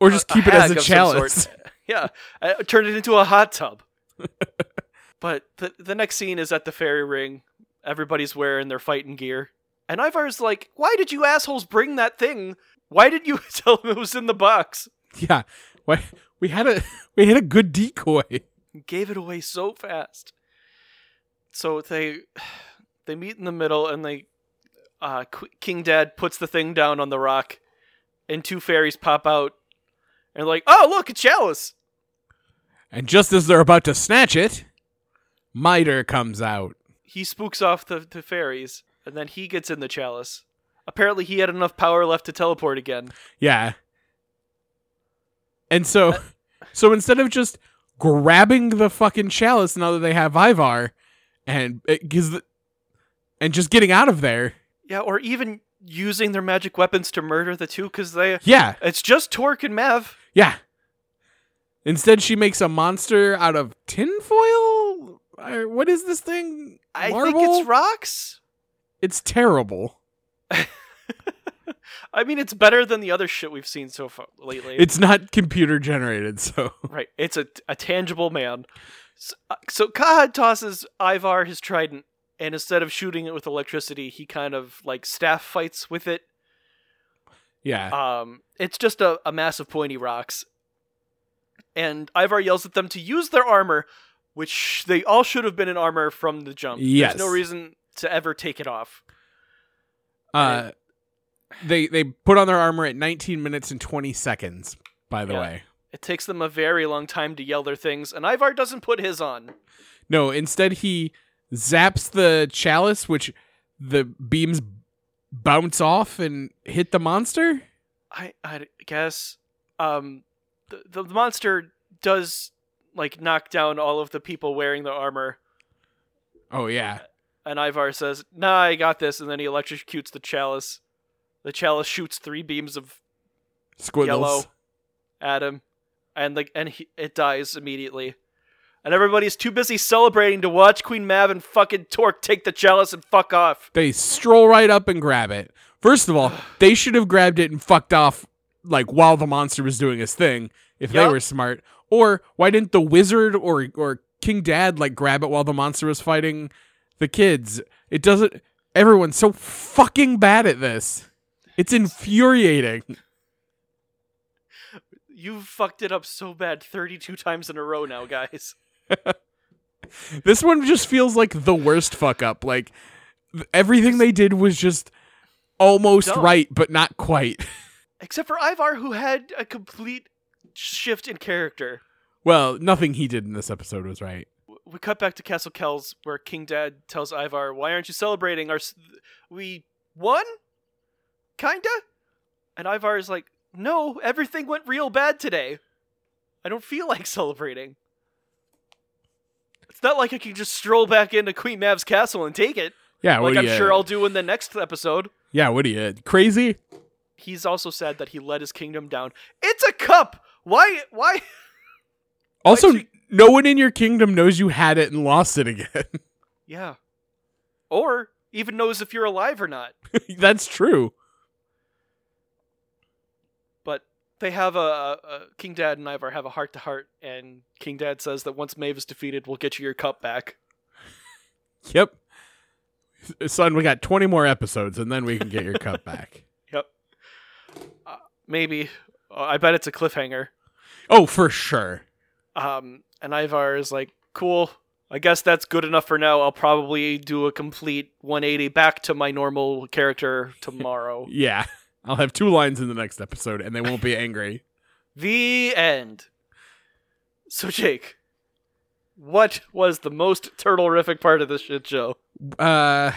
Or just
a
keep it as
hag Uh,
a
of some sort.
chalice.
yeah, uh, turn it into a hot tub. but the the next scene is at the fairy ring. Everybody's wearing their fighting gear, and Ivar's like, "Why did you assholes bring that thing? Why did you tell him it was in the box?
Yeah. Why we had a we had a good decoy.
gave it away so fast. So they they meet in the middle, and they uh, Qu- King Dad puts the thing down on the rock, and two fairies pop out, and like, oh look, a chalice.
And just as they're about to snatch it, Miter comes out.
He spooks off the, the fairies, and then he gets in the chalice. Apparently, he had enough power left to teleport again.
Yeah. And so
Uh,
so instead of just grabbing the fucking chalice now that they have Ivar and because and just getting out of there.
Yeah, or even using their magic weapons to murder the two because they.
Yeah,
It's just Torque and Mev.
yeah. Instead, she makes a monster out of tinfoil. Or What is this thing?
I
Marble?
think it's rocks.
It's terrible.
I mean, it's better than the other shit we've seen so far lately.
It's not computer generated, so
right. It's a, a tangible man. So, uh, so Kahad tosses Ivar his trident, and instead of shooting it with electricity, he kind of like staff fights with it.
yeah.
Um, it's just a, a mass of pointy rocks. And Ivar yells at them to use their armor, which they all should have been in armor from the jump.
Yes.
There's no reason to ever take it off.
Uh, they they put on their armor at 19 minutes and 20 seconds. By the
Yeah.
way,
It takes them a very long time to yell their things, and Ivar doesn't put his on.
no. Instead, he zaps the chalice, which the beams bounce off and hit the monster.
I I guess um the, the monster does like knock down all of the people wearing the armor,
Oh yeah,
and Ivar says, "Nah, I got this," and then he electrocutes the chalice. The chalice shoots three beams of
squiggles.
yellow at him, and like and he, it dies immediately. And everybody's too busy celebrating to watch Queen Mav and fucking Torque take the chalice and fuck off.
They stroll right up and grab it. First of all, they should have grabbed it and fucked off like while the monster was doing his thing if
Yup.
they were smart. Or why didn't the wizard or or King Dad like grab it while the monster was fighting the kids? It doesn't everyone's so fucking bad at this. It's infuriating.
You've fucked it up so bad 32 times in a row now, guys.
This one just feels like the worst fuck up. Like th- everything they did was just almost
Dumb.
right but not quite.
Except for Ivar, who had a complete shift in character.
Well, nothing he did in this episode was right.
W- We cut back to Castle Kells, where King Dad tells Ivar, "Why aren't you celebrating? Our s- we won, kinda." And Ivar is like, "No, everything went real bad today. I don't feel like celebrating. It's not like I can just stroll back into Queen Mav's castle and take it,
Oh, Yeah, what
like
do
I'm
you-
sure I'll do in the next episode."
Yeah, what are you crazy?
He's also sad that he let his kingdom down. It's a cup. Why? Why?
Also,
Like
no one in your kingdom knows you had it and lost it again.
Yeah. Or even knows if you're alive or not.
That's true.
But they have a, a a- King Dad and Ivar have a heart to heart, and King Dad says that once Maeve is defeated, we'll get you your cup back.
Yep. Son, we got 20 more episodes and then we can get your cup back.
Yep. Uh, maybe. Uh, I bet it's a cliffhanger.
Oh, for sure.
Um, and Ivar is like, cool. I guess that's good enough for now. I'll probably do a complete 180 back to my normal character tomorrow.
Yeah. I'll have two lines in the next episode and they won't be angry.
The end. So, Jake, what was the most turtle-rific part of this shit show?
Uh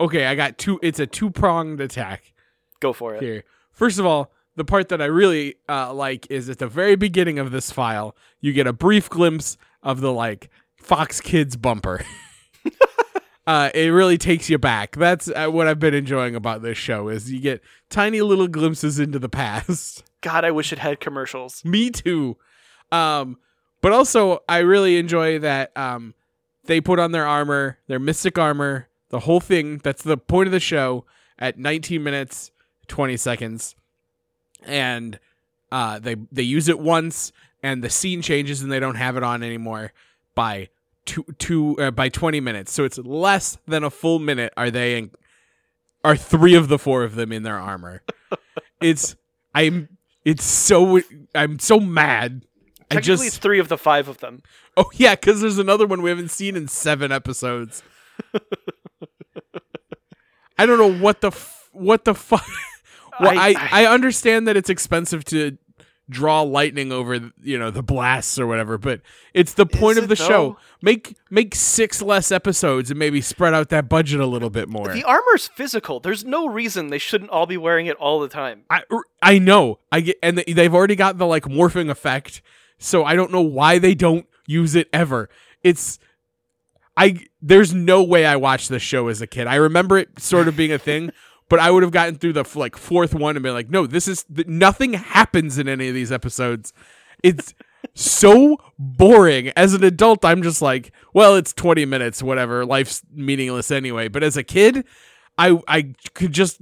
okay, I got two it's a two-pronged attack
Go for it.
here. First of all, the part that I really uh, like is at the very beginning of this file, you get a brief glimpse of the like Fox Kids bumper. uh, it really takes you back. That's uh, what I've been enjoying about this show is you get tiny little glimpses into the past.
God, I wish it had commercials.
Me too. Um, but also, I really enjoy that um, they put on their armor, their mystic armor, the whole thing. That's the point of the show at 19 minutes, 20 seconds. And uh, they, they use it once, and the scene changes, and they don't have it on anymore by two, two uh, by 20 minutes. So it's less than a full minute. Are they in, are three of the four of them in their armor? it's I'm it's so I'm so mad. I
Technically, it's
just
three of the five of them.
oh yeah, because there's another one we haven't seen in seven episodes. I don't know what the f- what the fuck. well,
I-
I, I understand that it's expensive to draw lightning over you know the blasts or whatever, but it's the point
Is
of the
it,
show.
though?
Make make six less episodes and maybe spread out that budget a little bit more.
The armor's physical. There's no reason they shouldn't all be wearing it all the time.
I er, I know. I get and they- they've already got the like morphing effect, so I don't know why they don't use it ever. It's I there's no way I watched this show as a kid. I remember it sort of being a thing, but I would have gotten through the f- like fourth one and been like, "No, this is th- nothing happens in any of these episodes. It's so boring." As an adult, I'm just like, "Well, it's 20 minutes, whatever. Life's meaningless anyway." But as a kid, I I could just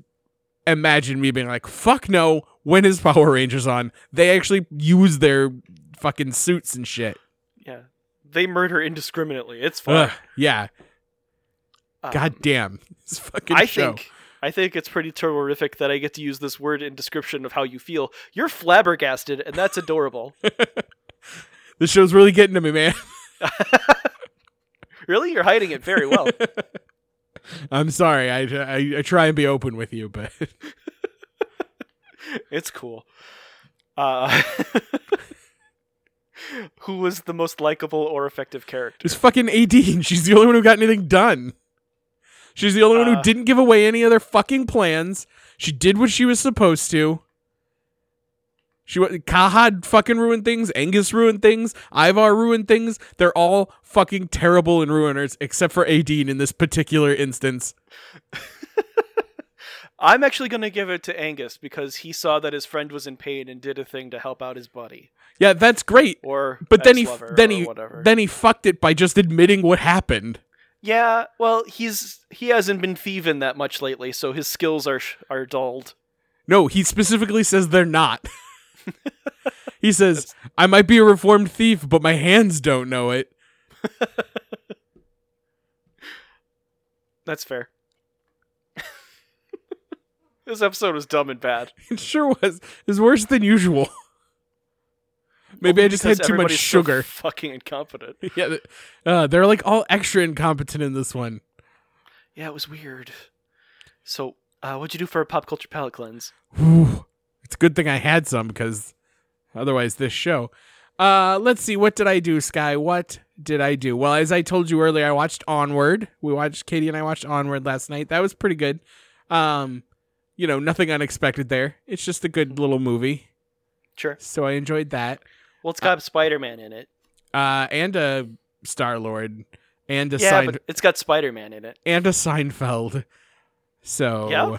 imagine me being like, "Fuck no." When is Power Rangers on? They actually use their fucking suits and shit.
Yeah. They murder indiscriminately. It's fun.
Ugh, yeah.
Um,
God damn. This fucking
I
show.
think I think it's pretty terrific that I get to use this word in description of how you feel. You're flabbergasted, and that's adorable.
This show's really getting to me, man.
really, you're hiding it very well.
I'm sorry. I, I, I try and be open with you, but
It's cool. Uh, who was the most likable or effective character?
just fucking 18. She's the only one who got anything done. She's the only one
Uh.
who didn't give away any of their fucking plans. She did what she was supposed to. She wa- Kahad fucking ruined things. Angus ruined things. Ivar ruined things. They're all fucking terrible and ruiners, except for Adine in this particular instance.
I'm actually going to give it to Angus because he saw that his friend was in pain and did a thing to help out his buddy.
Yeah, that's great.
Or
But then he f-
ex-lover
then
or
he
whatever.
then he fucked it by just admitting what happened.
yeah. Well, he's he hasn't been thieving that much lately, so his skills are sh- are dulled.
No, he specifically says they're not. he says, "I might be a reformed thief, but my hands don't know it."
That's fair. this episode was dumb and bad.
It sure was. It was worse than usual. Maybe
Only
I just
because
had too much
everybody's so
sugar.
fucking incompetent.
yeah, th- uh, they're like all extra incompetent in this one.
Yeah, it was weird. So, uh, what'd you do for a pop culture palate cleanse?
Whew. It's a good thing I had some because otherwise this show. Uh, let's see. What did I do, Sky? What did I do? Well, as I told you earlier, I watched Onward. We watched Katie and I watched Onward last night. That was pretty good. Um, you know, nothing unexpected there. It's just a good little movie.
Sure.
So I enjoyed that.
Well, it's got Spider Man in it.
Uh, and a Star Lord, and a
yeah,
Sein-
but it's got Spider Man in it.
and a Seinfeld. So,
Yeah?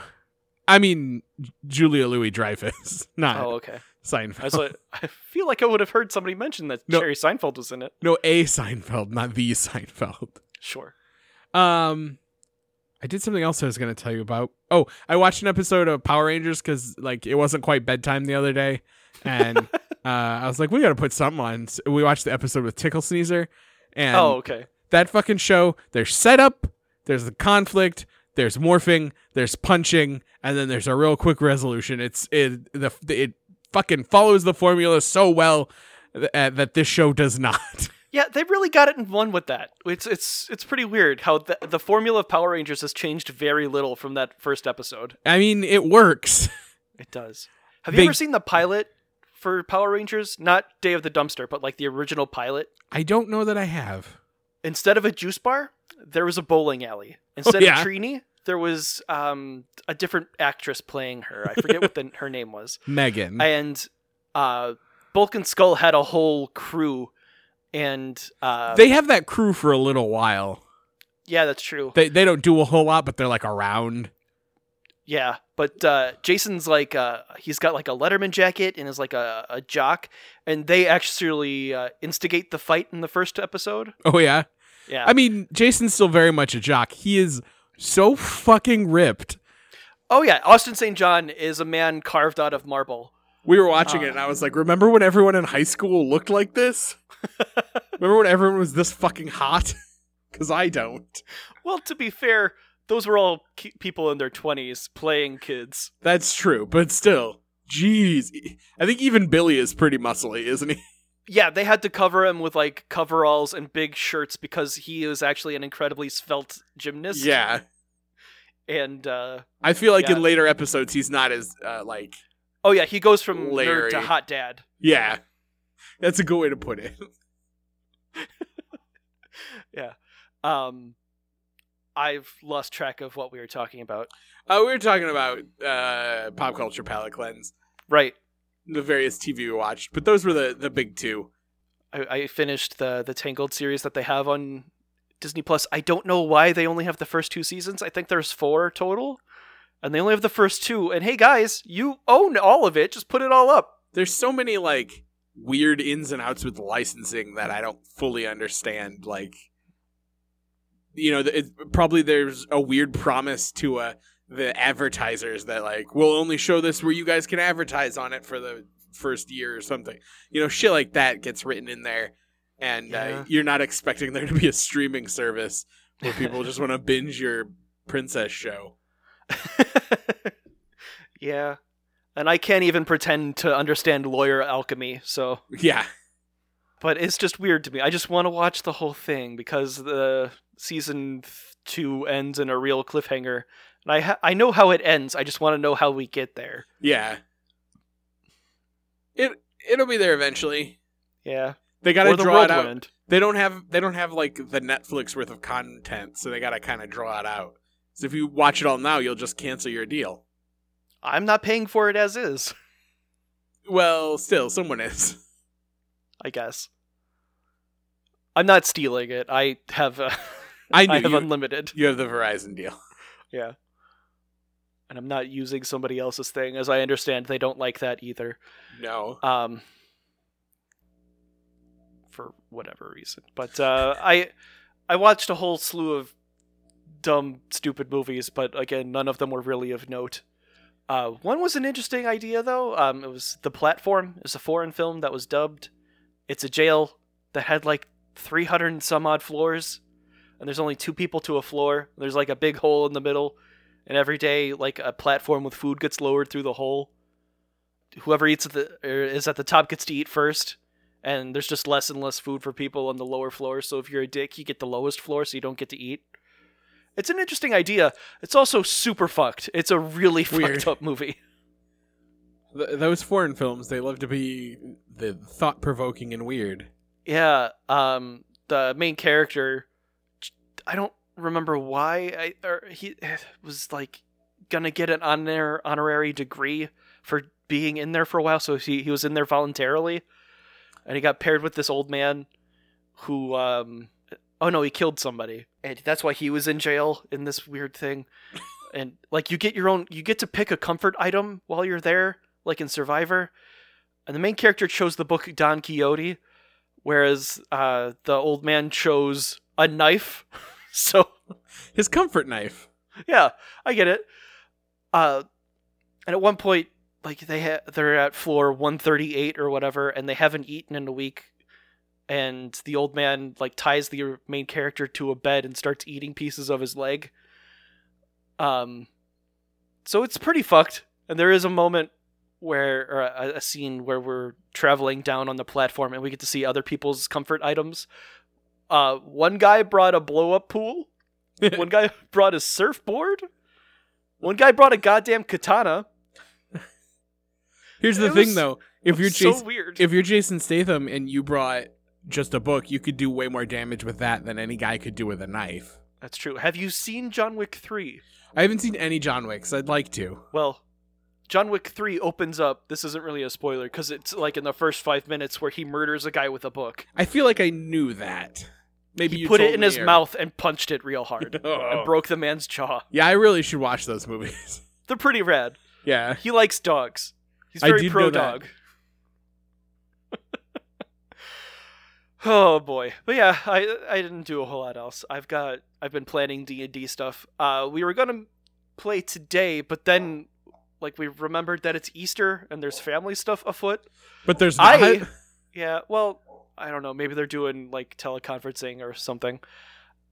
I mean, Julia Louis Dreyfus, not
Oh, okay.
Seinfeld.
I was like, I feel like I would have heard somebody mention that
No.
Jerry Seinfeld was in it.
No, a Seinfeld, not the Seinfeld.
Sure.
Um, I did something else I was going to tell you about. Oh, I watched an episode of Power Rangers because like it wasn't quite bedtime the other day, and uh, I was like, we got to put something on. So we watched the episode with Tickle Sneezer, and
oh, okay.
that fucking show. There's setup, there's the conflict, there's morphing, there's punching, and then there's a real quick resolution. It's it the it fucking follows the formula so well th- uh, that this show does not.
Yeah, they really got it in one with that. It's it's it's pretty weird how the, the formula of Power Rangers has changed very little from that first episode.
I mean, it works.
It does. Have you
They-
ever seen the pilot for Power Rangers? Not Day of the Dumpster, but like the original pilot.
I don't know that I have.
instead of a juice bar, there was a bowling alley. Instead
Oh, yeah.
of Trini, there was um, a different actress playing her. I forget what the, her name was.
Megan.
And uh, Bulk and Skull had a whole crew, and uh,
they have that crew for a little while.
yeah, that's true.
They they don't do a whole lot, but they're like around.
Yeah, but uh, Jason's like uh, he's got like a Letterman jacket and is like a, a jock, and they actually uh, instigate the fight in the first episode.
Oh yeah.
Yeah,
I mean, Jason's still very much a jock. He is so fucking ripped.
oh yeah, Austin St. John is a man carved out of marble.
We were watching it and I was like, remember when everyone in high school looked like this? remember when everyone was this fucking hot? Cuz I don't.
Well, to be fair, those were all ki- people in their 20s playing kids.
That's true, but still. Jeez. I think even Billy is pretty muscly, isn't he?
Yeah, they had to cover him with like coveralls and big shirts because he is actually an incredibly svelte gymnast.
Yeah.
And uh
I feel like
Yeah.
in later episodes he's not as uh, like
oh yeah, he goes from nerd to
Larry.
hot dad.
Yeah. That's a good way to put it.
Um I've lost track of what we were talking about.
Uh, we were talking about uh, pop culture palate cleanse,
Right.
the various TV we watched, but those were the, the big two.
I, I finished the the Tangled series that they have on Disney Plus. I don't know why they only have the first two seasons. I think there's four total, and they only have the first two. And hey, guys, you own all of it. Just put it all up.
There's so many like weird ins and outs with licensing that I don't fully understand. Like, you know, it, probably there's a weird promise to uh, the advertisers that like we'll only show this where you guys can advertise on it for the first year or something. You know, shit like that gets written in there, and
Yeah.
uh, you're not expecting there to be a streaming service where people just want to binge your princess show.
yeah, and I can't even pretend to understand lawyer alchemy. So,
Yeah,
but it's just weird to me. I just want to watch the whole thing because the season th- two ends in a real cliffhanger. And I ha- I know how it ends. I just want to know how we get there.
yeah. It it'll be there eventually.
Yeah,
They got to
or the
draw
world
it out.
will end.
they don't have they don't have like the Netflix worth of content, so they gotta kind of draw it out. So if you watch it all now, you'll just cancel your deal.
I'm not paying for it as is.
Well, still, someone is.
I guess. I'm not stealing it. I have uh,
I knew
I have
you,
unlimited,
you have the Verizon deal.
and I'm not using somebody else's thing. As I understand, they don't like that either.
No,
Um, for whatever reason, but uh, I I watched a whole slew of dumb, stupid movies, but again, none of them were really of note. Uh, one was an interesting idea, though. Um, it was The Platform. It's a foreign film that was dubbed. It's a jail that had like 300 and some odd floors, and there's only two people to a floor. There's like a big hole in the middle, and every day, like a platform with food gets lowered through the hole. Whoever eats at the or is at the top gets to eat first, and there's just less and less food for people on the lower floor. So if you're a dick, you get the lowest floor, so you don't get to eat. It's an interesting idea. It's also super fucked. It's a really
Weird.
fucked up movie.
Th- those foreign films they love to be the thought provoking and weird.
Yeah, um, the main character, I don't remember why I or he was like gonna get an honor honorary degree for being in there for a while. So he he was in there voluntarily, and he got paired with this old man who um oh no he killed somebody and that's why he was in jail in this weird thing and like you get your own you get to pick a comfort item while you're there like in survivor and the main character chose the book don quixote whereas uh the old man chose a knife so
His comfort knife.
yeah, I get it. Uh, and at one point, like they ha- they're at floor one thirty eight or whatever, and they haven't eaten in a week. And the old man like ties the main character to a bed and starts eating pieces of his leg. Um, so it's pretty fucked. And there is a moment where or a, a scene where we're traveling down on the platform and we get to see other people's comfort items. Uh, one guy brought a blow up pool. One guy brought a surfboard. One guy brought a goddamn katana.
Here's the
It
thing,
was-
though. If you're
so
Jason,
weird.
if you're Jason Statham and you brought just a book, you could do way more damage with that than any guy could do with a knife.
That's true. Have you seen John Wick 3?
I haven't seen any John Wicks. I'd like to.
Well, John Wick 3 opens up. This isn't really a spoiler because it's like in the first five minutes where he murders a guy with a book.
I feel like I knew that. Maybe
he
you
put
told
it in
me
his
or-
mouth and punched it real hard
Oh.
and broke the man's jaw.
Yeah, I really should watch those movies.
They're pretty rad.
yeah,
He likes dogs. He's
I
very
did
pro
know that.
dog. oh boy, but yeah, I I didn't do a whole lot else. I've got I've been planning D and D stuff. Uh, we were gonna play today, but then like we remembered that it's Easter and there's family stuff afoot.
but there's not.
I yeah, well, I don't know. Maybe they're doing like teleconferencing or something.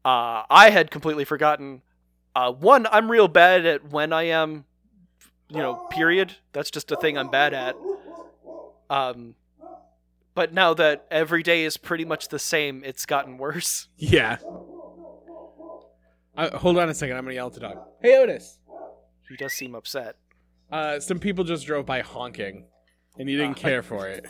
Uh, I had completely forgotten. Uh, one, I'm real bad at when I am, you know, period. That's just a thing I'm bad at. Um, but now that every day is pretty much the same, it's gotten worse.
yeah. Uh, hold on a second. I'm gonna yell at the dog. Hey, Otis.
He does seem upset.
Uh, some people just drove by honking, and you didn't
Uh,
care for it.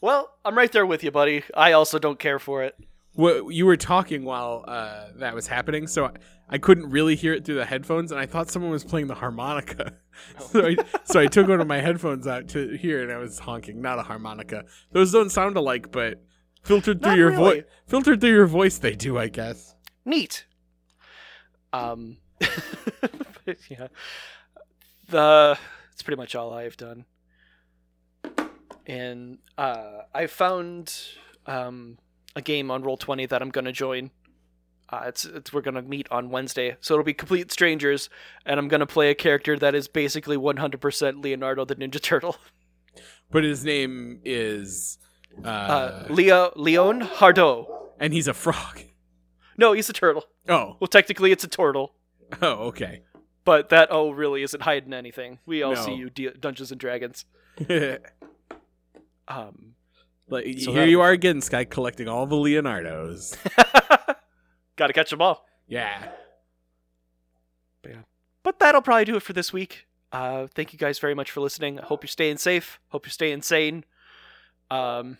Well, I'm right there with you, buddy. I also don't care for it.
Well, you were talking while uh, that was happening, so I, I couldn't really hear it through the headphones, and I thought someone was playing the harmonica. so, I, so I took one of my headphones out to hear, and I was honking, not a harmonica. Those don't sound alike, but filtered through
Not
your
really.
voice. Filtered through your voice, they do, I guess.
Neat. Um, but yeah, the it's pretty much all I've done, and uh, I found um, a game on Roll Twenty that I'm gonna join. Uh, it's, it's we're gonna meet on Wednesday, so it'll be complete strangers, and I'm gonna play a character that is basically 100% Leonardo the Ninja Turtle.
But his name is, uh,
Uh, Leo Leon Hardo.
and he's a frog.
No, he's a turtle.
Oh,
Well, technically, it's a turtle.
oh, okay.
But that oh really isn't hiding anything. We all
No.
see you D- Dungeons and Dragons.
like,
Um,
here you are again, Sky, collecting all the Leonardos.
got to catch them all.
yeah.
But that'll probably do it for this week. Uh, thank you guys very much for listening. I hope you're staying safe. Hope you're staying sane. Um,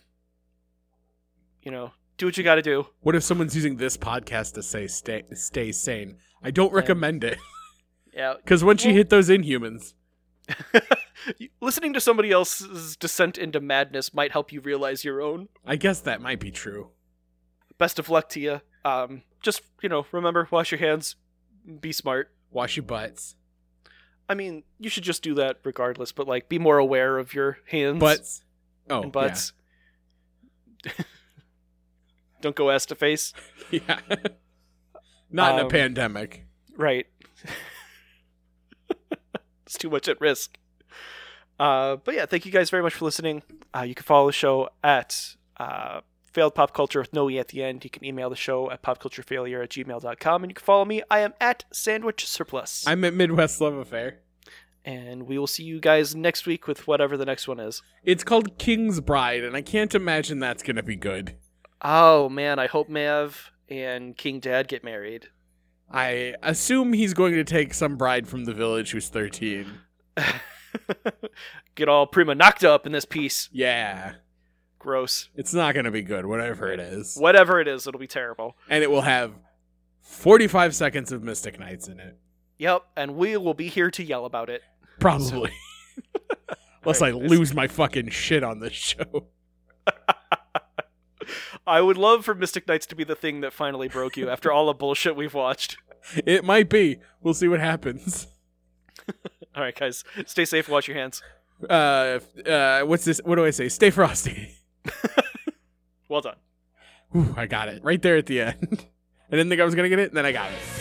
you know, do what you got to do.
What if someone's using this podcast to say stay stay sane? I don't recommend it
Yeah.
because once you hit those Inhumans,
Listening to somebody else's descent into madness might help you realize your own.
I guess that might be true.
Best of luck to you. Um, just you know, remember wash your hands. Be smart.
Wash your butts,
I mean, you should just do that regardless, but like be more aware of your hands
butts. Oh,
and butts. Don't go ass to face.
Yeah. yeah. Not in a
Um,
pandemic.
Right. it's too much at risk. Uh, but yeah, thank you guys very much for listening. Uh, you can follow the show at uh, Failed Pop Culture with no E at the end. You can email the show at popculturefailure at gmail.com. And you can follow me. I am at Sandwich Surplus.
I'm at Midwest Love Affair.
and we will see you guys next week with whatever the next one is.
It's called King's Bride, and I can't imagine that's gonna be good.
Oh man, I hope Mav and King Dad get married.
I assume he's going to take some bride from the village who's 13.
get all prima nocta up in this piece.
Yeah.
Gross.
It's not gonna be good, whatever it is.
Whatever it is, it'll be terrible.
And it will have 45 seconds of Mystic Knights in it.
Yep, and we will be here to yell about it.
Probably. Unless I
Alright, guys.
lose my fucking shit on this show.
I would love for Mystic Knights to be the thing that finally broke you after all the bullshit we've watched.
It might be. We'll see what happens.
All right, guys, stay safe, wash your hands.
Uh, uh, what's this? What do I say? Stay frosty.
Well done.
Ooh, I got it right there at the end. I didn't think I was gonna get it, and then I got it.